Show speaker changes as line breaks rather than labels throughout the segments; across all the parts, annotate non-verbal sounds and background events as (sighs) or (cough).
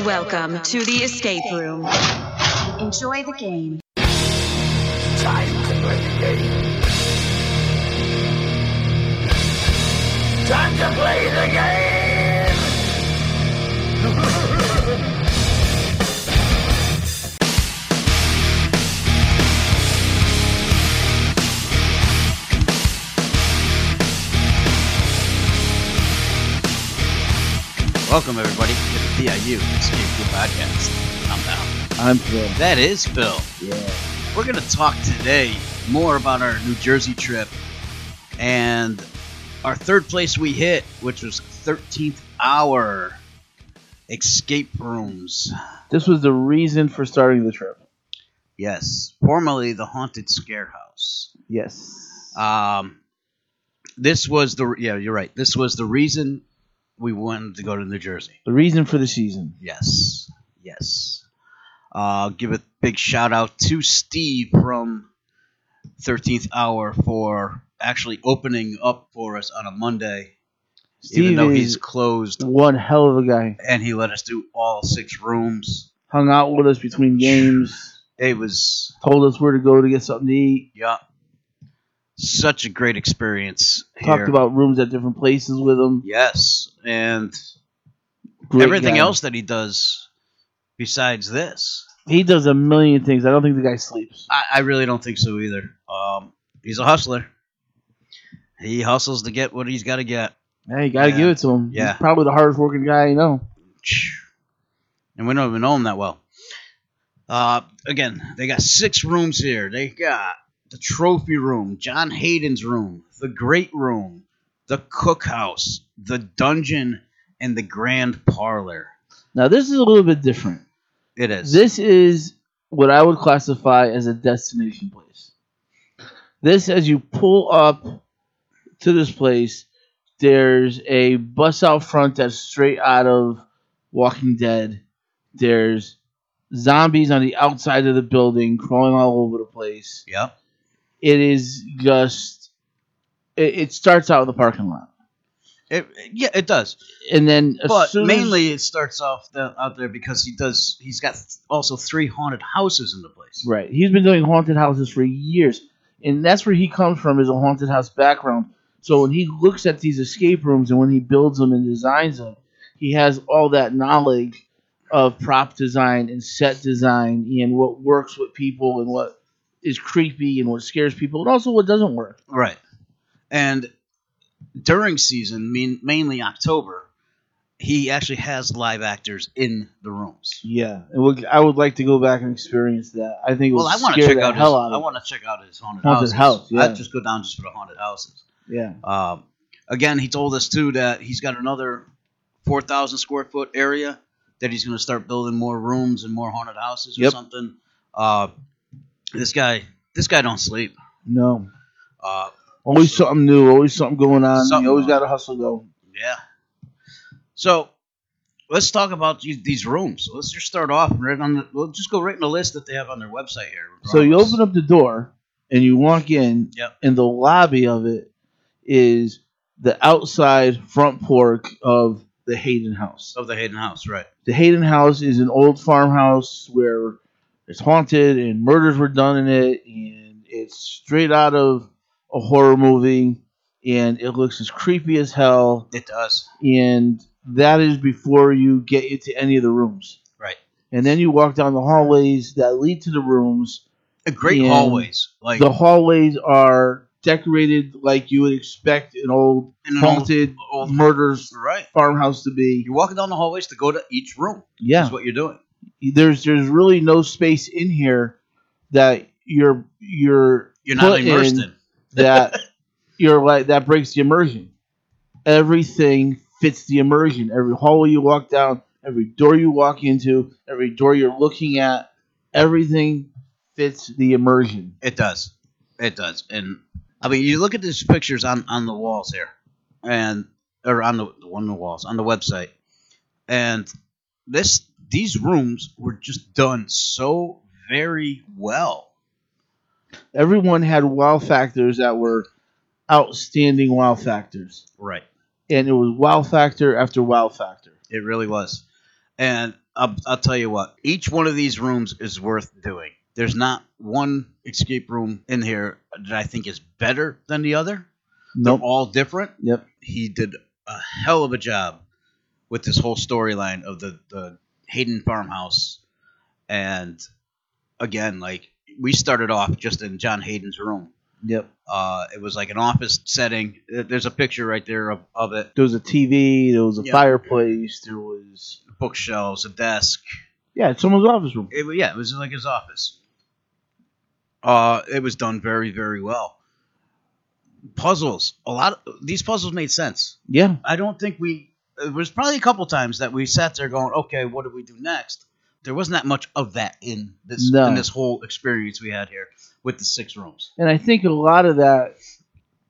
Welcome to the escape room. Enjoy the game.
Time to play the game. Time to play the game.
Welcome everybody to the DIU Escape Room Podcast. I'm Al.
I'm Phil.
That is Phil.
Yeah.
We're gonna talk today more about our New Jersey trip and our third place we hit, which was 13th hour escape rooms.
This was the reason for starting the trip.
Yes, formerly the haunted scare house.
Yes.
Um, this was the yeah, you're right. This was the reason we wanted to go to New Jersey.
the reason for the season.
Yes. Yes. Uh, give a big shout out to Steve from 13th Hour for actually opening up for us on a Monday, even
Steve
though
is
he's closed.
one hell of a guy.
And he let us do all six rooms.
Hung out with us between games.
It was,
Told us where to go to get something to eat.
yeah, such a great experience. here.
Talked about rooms at different places with him.
Yes. And
Great
everything
guy.
else that he does besides this.
He does a million things. I don't think the guy sleeps.
I, I really don't think so either. Um, he's a hustler. He hustles to get what he's got to get. (sighs)
Hey, you gotta
Yeah.
give it to him.
Yeah.
He's probably the hardest working guy I know.
And we don't even know him that well. Uh, again, they got six rooms here. They got the trophy room, John Hayden's room, the great room, the cookhouse, the dungeon, and the grand parlor.
Now this is a little bit different.
It is.
This is what I would classify as a destination place. This, as you pull up to this place, there's a bus out front that's straight out of Walking Dead. There's zombies on the outside of the building crawling all over the place.
yep.
It is just. It, it starts out with a parking lot.
It, yeah, it does.
And then. as
but
soon as-
mainly it starts off the, out there because he does. He's got also three haunted houses in the place.
Right. He's been doing haunted houses for years, and that's where he comes from is a haunted house background. So when he looks at these escape rooms and when he builds them and designs them, he has all that knowledge of prop design and set design and what works with people and what is creepy and what scares people and also what doesn't work.
Right. And during season, mean mainly October, he actually has live actors in the rooms.
Yeah, and look, I would like to go back and experience that. I think it would
Well, I want to
scare
check
the
out. His,
hell out
I
of it.
want to check out his haunted,
Haunted
houses.
house, yeah.
I'd just go down just for the haunted houses.
Yeah,
Um, again, he told us too that he's got another four thousand square foot area that he's going to start building more rooms and more haunted houses or
Yep.
something. Uh, this guy, this guy don't sleep.
no,
Uh,
always something new, always something going on.
Something
you always
going on.
got to hustle though.
Yeah. So let's talk about these- these rooms. Let's just start off right on. The, we'll just go right in the list that they have on their website here.
So you open up the door and you walk in,
Yep.
and the lobby of it is the outside front porch of the Hayden house.
of the Hayden House, right?
The Hayden house is an old farmhouse where it's haunted and murders were done in it, and it's straight out of a horror movie, and it looks as creepy as hell.
It does.
And that is before you get into any of the rooms.
Right.
And then you walk down the hallways that lead to the rooms,
A great
Yeah.
hallways, like
the hallways are decorated like you would expect an old
in an old-
haunted
old-
murders
right.
farmhouse to be.
You're walking down the hallways to go to each room.
Yeah,
Is what you're doing.
there's there's really no space in here that you're you're
You're not
put
immersed in. (laughs)
that you're like that breaks the immersion. Everything fits the immersion. Every hallway you walk down, every door you walk into, every door you're looking at, everything fits the immersion.
It does. It does. And I mean, you look at these pictures on on the walls here, and or on the one of the walls on the website, and this these rooms were just done so very well.
everyone had wow factors that were outstanding wow factors.
Right.
And it was wow factor after wow factor.
It really was. And I'll, I'll tell you what. Each one of these rooms is worth doing. There's not one escape room in here that I think is better than the other.
Nope.
They're all different.
Yep.
He did a hell of a job with this whole storyline of the, the Hayden farmhouse. And again, like we started off just in John Hayden's room.
Yep.
Uh, it was like an office setting. There- There's a picture right there of, of it.
There was a TV. There was a
Yeah.
fireplace. There was
Bookshelves, a desk.
yeah, it's someone's office room.
It, wa- yeah, it was like his office. Uh, it was done very, very well. Puzzles. A lot of these puzzles made sense.
Yeah,
I don't think we. There was probably a couple times that we sat there going, "Okay, what do we do next?" There wasn't that much of that in this
No.
in this whole experience we had here with the six rooms.
and I think a lot of that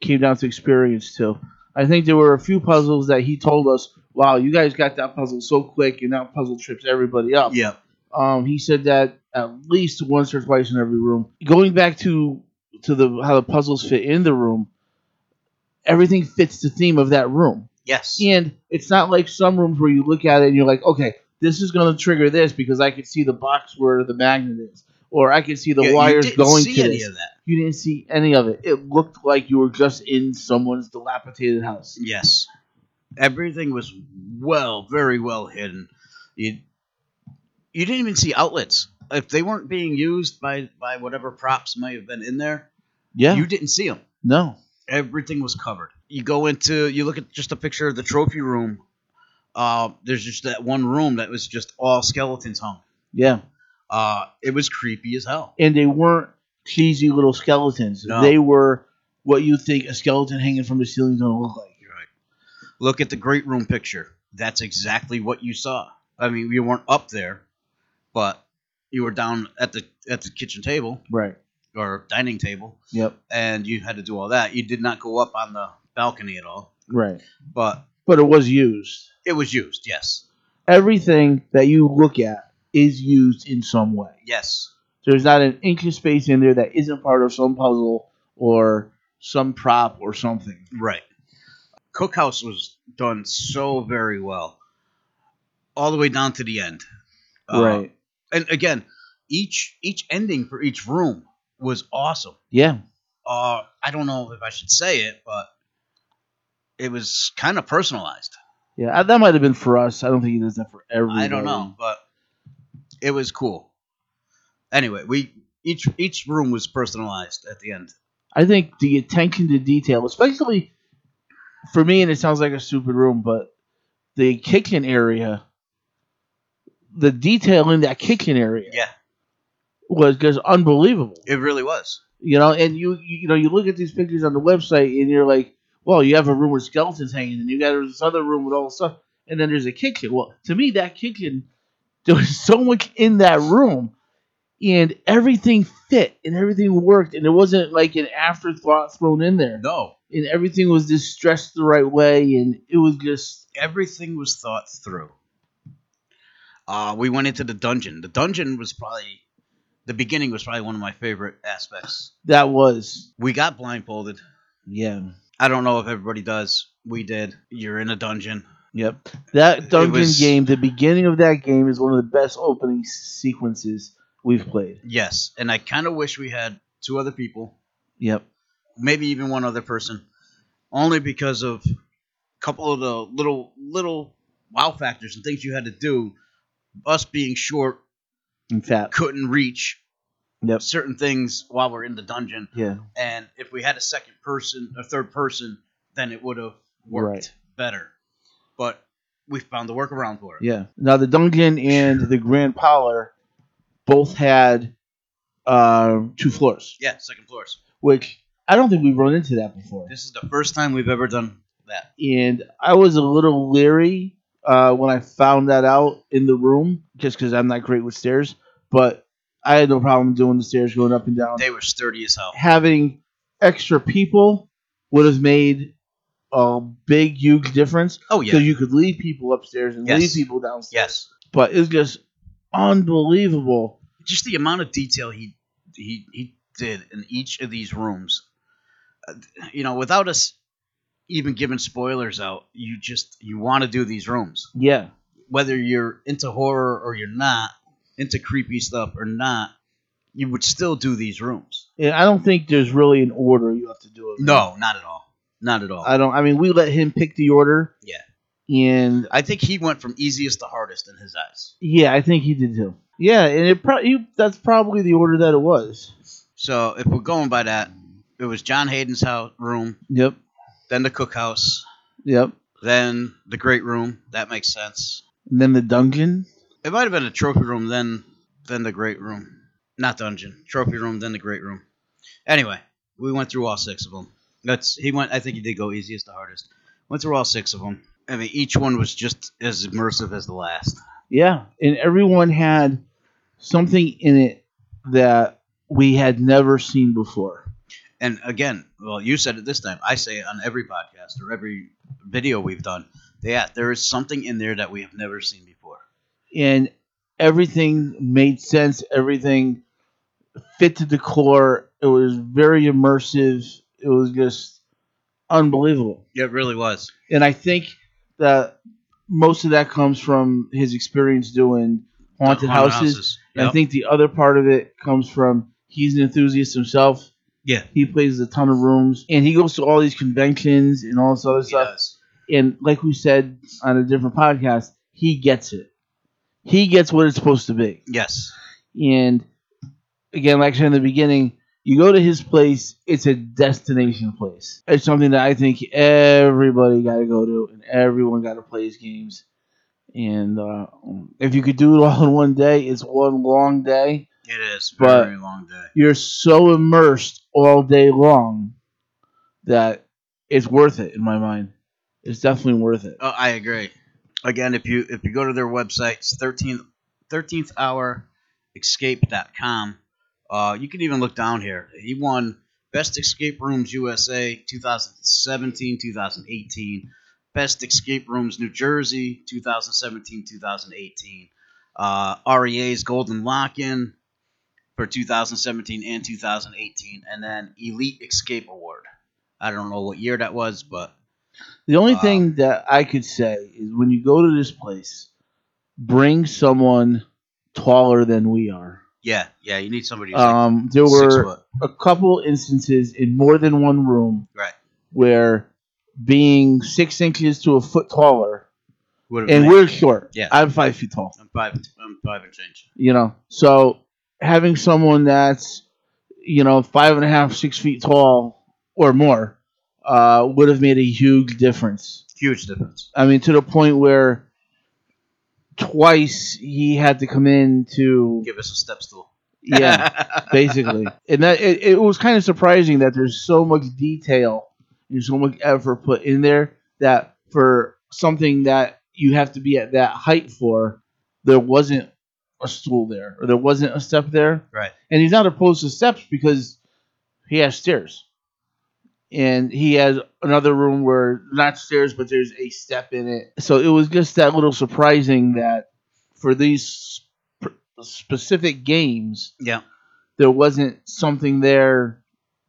came down to experience too. I think there were a few puzzles that he told us, "Wow, you guys got that puzzle so quick, and that puzzle trips everybody up."
Yeah,
Um, he said that at least once or twice in every room. Going back to to the how the puzzles fit in the room, everything fits the theme of that room.
yes,
And it's not like some rooms where you look at it and you're like, okay, this is going to trigger this because I could see the box where the magnet is, or I could see the
You- you
wires
didn't
going
see
to
any
this.
of that.
You didn't see any of it. It looked like you were just in someone's dilapidated house.
Yes, everything was well, very well hidden. You you didn't even see outlets if they weren't being used by by whatever props might have been in there.
Yeah.
You didn't see them.
no.
everything was covered. You go into, you look at just a picture of the trophy room. Uh, there's just that one room that was just all skeletons hung.
Yeah.
Uh, it was creepy as hell.
And they weren't cheesy little skeletons.
No.
They were what you think a skeleton hanging from the ceiling is going to look like.
You're right. Look at the great room picture. That's exactly what you saw. I mean, you weren't up there, but you were down at the at the kitchen table
Right.
or dining table,
Yep.
and you had to do all that. You did not go up on the balcony at all,
Right.
but
But it was used.
it was used. Yes,
Everything that you look at is used in some way.
yes.
there's not an inch of space in there that isn't part of some puzzle or some prop or something.
Right. Cookhouse was done so very well, all the way down to the end. Uh,
right.
And again, each each ending for each room was awesome.
Yeah.
Uh, I don't know if I should say it, but it was kind of personalized.
Yeah. Uh, That might have been for us. I don't think he does that for everyone.
I don't know, but it was cool. Anyway, we each each room was personalized at the end.
I think the attention to detail, especially for me, and it sounds like a stupid room, but the kitchen area, the detail in that kitchen area
Yeah,
was just unbelievable.
it really was.
you know and you you you know you look at these pictures on the website and you're like well you have a room with skeletons hanging and you got this other room with all this stuff and then there's a kitchen well to me that kitchen there was so much in that room and everything fit and everything worked and it wasn't like an afterthought thrown in there
No,
and everything was just stressed the right way and it was just
everything was thought through. Uh, we went into the dungeon. The dungeon was probably the beginning was probably one of my favorite aspects.
that was
We got blindfolded.
yeah
I don't know if everybody does. We did. You're in a dungeon.
Yep. That dungeon
was-
game, the beginning of that game is one of the best opening sequences we've played.
Yes, and I kind of wish we had two other people,
Yep.
maybe even one other person, only because of a couple of the little little wow factors and things you had to do. Us being short
In fact.
couldn't reach
Yep.
certain things while we're in the dungeon.
Yeah.
and if we had a second person, a third person, then it would have worked
Right.
better. But we found the workaround for it.
Yeah. Now the dungeon and the Grand Parlor both had uh, two floors,
Yeah, second floors.
which I don't think we've run into that before.
This is the first time we've ever done that.
And I was a little leery uh, when I found that out in the room, just because I'm not great with stairs. But I had no problem doing the stairs going up and down.
They were sturdy as hell.
having extra people would have made a big, huge difference.
Oh yeah.
So you could leave people upstairs and
Yes.
leave people downstairs.
Yes.
But it's just unbelievable.
Just the amount of detail he he he did in each of these rooms. Uh, You know, without us even giving spoilers out, you just you want to do these rooms.
Yeah.
whether you're into horror or you're not, into creepy stuff or not, you would still do these rooms.
Yeah, I don't think there's really an order you have to do it. in.
No, not at all. Not at all.
I don't. I mean, we let him pick the order,
yeah.
and
I think he went from easiest to hardest in his eyes.
yeah, I think he did too. Yeah, and it probably that's probably the order that it was.
So if we're going by that, it was John Hayden's house room,
Yep,
then the cookhouse,
yep.
then the great room. That makes sense.
And then the dungeon.
It might have been a trophy room, then then the great room, not dungeon. Trophy room, then the great room. Anyway, we went through all six of them. That's he went. I think he did go easiest to hardest. Went through all six of them. I mean, each one was just as immersive as the last.
Yeah, and everyone had something in it that we had never seen before.
And again, well, you said it this time. I say it on every podcast or every video we've done. Yeah, there is something in there that we have never seen before.
and everything made sense. Everything fit the decor. It was very immersive. It was just unbelievable.
It really was.
And I think that most of that comes from his experience doing haunted houses. And I
Yep.
think the other part of it comes from he's an enthusiast himself.
Yeah.
He plays a ton of rooms and he goes to all these conventions and all this other
He
stuff
does.
and like we said on a different podcast, he gets it. He gets what it's supposed to be.
Yes.
And again, like I said in the beginning, you go to his place, it's a destination place. It's something that I think everybody got to go to, and everyone got to play his games. And uh, if you could do it all in one day, it's one long day.
It is
But-
very long day.
You're so immersed all day long that it's worth it in my mind. It's definitely worth it.
Oh, I agree. Again, if you if you go to their website, it's 13th, 13th hour escape.com. Uh, you can even look down here. He won Best Escape Rooms USA 2017 2018, Best Escape Rooms New Jersey 2017 2018, uh, REA's Golden Lock In for 2017 and 2018, and then Elite Escape Award. I don't know what year that was, but
The only
Uh,
thing that I could say is when you go to this place, bring someone taller than we are.
yeah, yeah, you need somebody who's like
Um, there
Six
were
foot.
a couple instances in more than one room
Right.
where being six inches to a foot taller,
Would
and we're short.
Yeah.
I'm five feet tall.
I'm Um, five. I'm five and change.
You know, so having someone that's you know five and a half, six feet tall or more uh, would have made a huge difference.
Huge difference.
I mean, to the point where twice he had to come in to
Give us a step stool.
yeah, basically, and that it, it was kind of surprising that there's so much detail and so much effort put in there that for something that you have to be at that height for, there wasn't a stool there or there wasn't a step there,
right.
and he's not opposed to steps because he has stairs. And he has another room where not stairs, but there's a step in it. So it was just that little surprising that for these sp- specific games,
Yeah.
there wasn't something there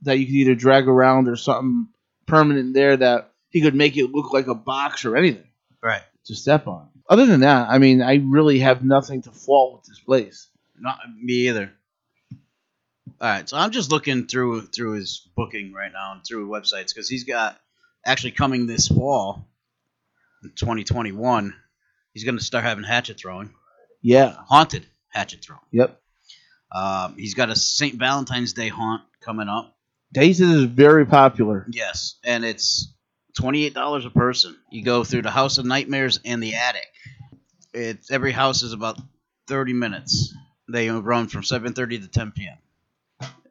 that you could either drag around or something permanent there that he could make it look like a box or anything
(laughs) Right.
to step on. Other than that, I mean, I really have nothing to fault with this place.
Not me either. All right. So I'm just looking through through his booking right now and through websites because he's got actually coming this fall, in 2021. He's going to start having hatchet throwing,
Yeah.
haunted hatchet throwing.
Yep.
Um, he's got a St. Valentine's Day haunt coming up.
Daisies is very popular.
Yes, and it's twenty-eight dollars a person. You go through the House of Nightmares and the attic. It's every house is about thirty minutes. They run from seven thirty to ten p.m.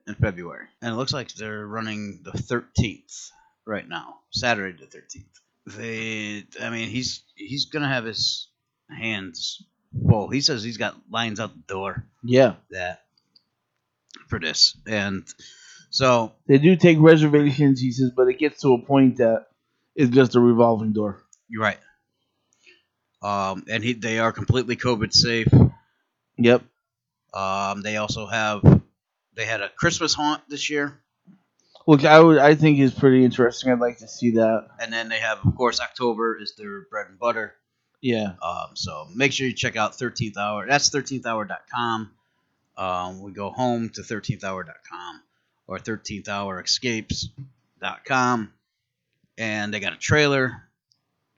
in February, and it looks like they're running the thirteenth right now, Saturday the thirteenth. They, I mean, he's he's gonna have his hands full. He says he's got lines out the door
Yeah.
that for this, and so
They do take reservations, he says, but it gets to a point that it's just a revolving door.
You're right. Um, and he, they are completely COVID safe.
Yep.
Um, they also have they had a Christmas haunt this year,
Which I would I think is pretty interesting. I'd like to see that.
and then they have, of course, October is their bread and butter.
Yeah.
Um, so make sure you check out 13th Hour. That's 13thhour.com. Um, we go home to 13thhour.com or 13thhourescapes.com. And they got a trailer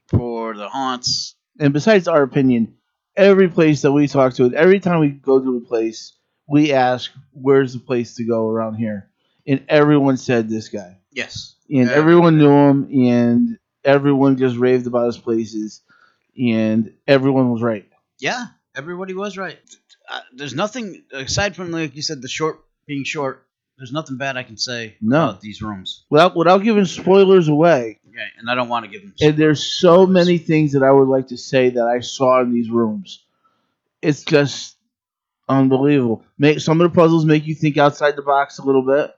for the haunts.
And besides our opinion, every place that we talk to, every time we go to a place, we ask, where's the place to go around here? And everyone said this guy.
Yes.
And
Yeah.
everyone knew him, and everyone just raved about his places, and everyone was right.
Yeah, everybody was right. Uh, there's nothing aside from like you said, the short being short. There's nothing bad I can say
No.
about these rooms.
Without, without giving spoilers away,
Okay, and I don't want to give them.
and there's so many things that I would like to say that I saw in these rooms. It's just unbelievable. Make some of the puzzles make you think outside the box a little bit.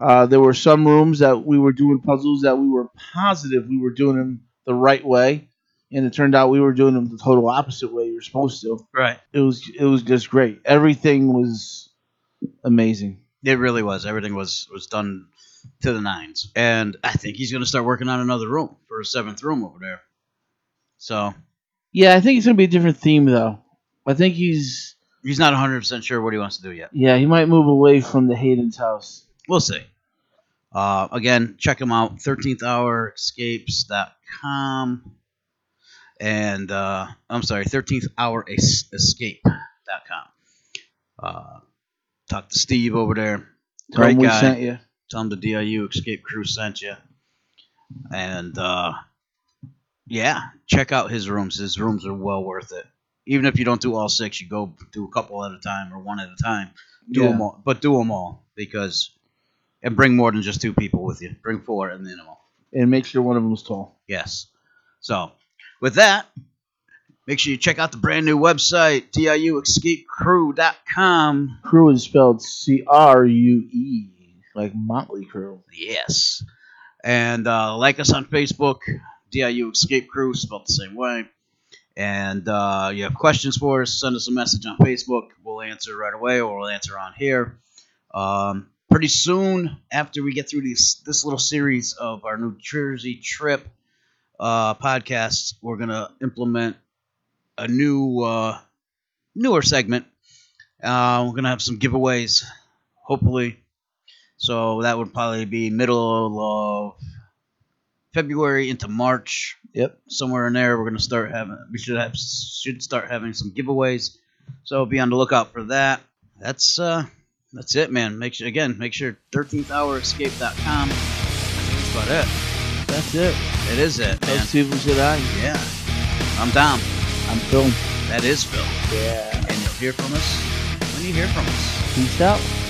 Uh, there were some rooms that we were doing puzzles that we were positive we were doing them the right way, and it turned out we were doing them the total opposite way you're supposed to.
right.
It was it was just great. Everything was amazing.
It really was. Everything was was done to the nines, and I think he's gonna start working on another room for a seventh room over there. So
Yeah, I think it's gonna be a different theme though. I think he's
he's not 100 percent sure what he wants to do yet.
yeah he might move away from the Hayden's house.
We'll see. Uh, again, check him out. 13thhourescapes.com and uh, I'm sorry, 13thhourescape.com. Uh, talk to Steve over there.
Tell
Great
him we
guy.
sent you.
Tell him the DIU Escape Crew sent you. And uh, yeah, check out his rooms. His rooms are well worth it. Even if you don't do all six, you go do a couple at a time or one at a time. Do
Yeah.
them all, but do them all because, and bring more than just two people with you. Bring four and then them all.
and make sure one of them's tall.
Yes. So, with that, make sure you check out the brand new website, diuescapecrew.com.
Crew is spelled C R U E, like Motley Crew.
Yes. And uh, like us on Facebook, DIU Escape Crew, spelled the same way. And uh, you have questions for us, send us a message on Facebook. We'll answer right away or we'll answer on here. Um, pretty soon, after we get through these, this little series of our New Jersey trip uh, podcasts, we're going to implement a new, uh, newer segment. Uh, we're going to have some giveaways, hopefully. So that would probably be middle of February into March.
Yep.
Somewhere in there, we're gonna start having. We should have should start having some giveaways. So be on the lookout for that. That's uh, that's it, man. Make sure again, make sure 13thhourescape.com. That's about it.
That's it.
It is it,
Those
man.
people said I.
Yeah. I'm Dom.
I'm Phil.
That is Phil,
Yeah.
and you'll hear from us when you hear from us.
Peace out.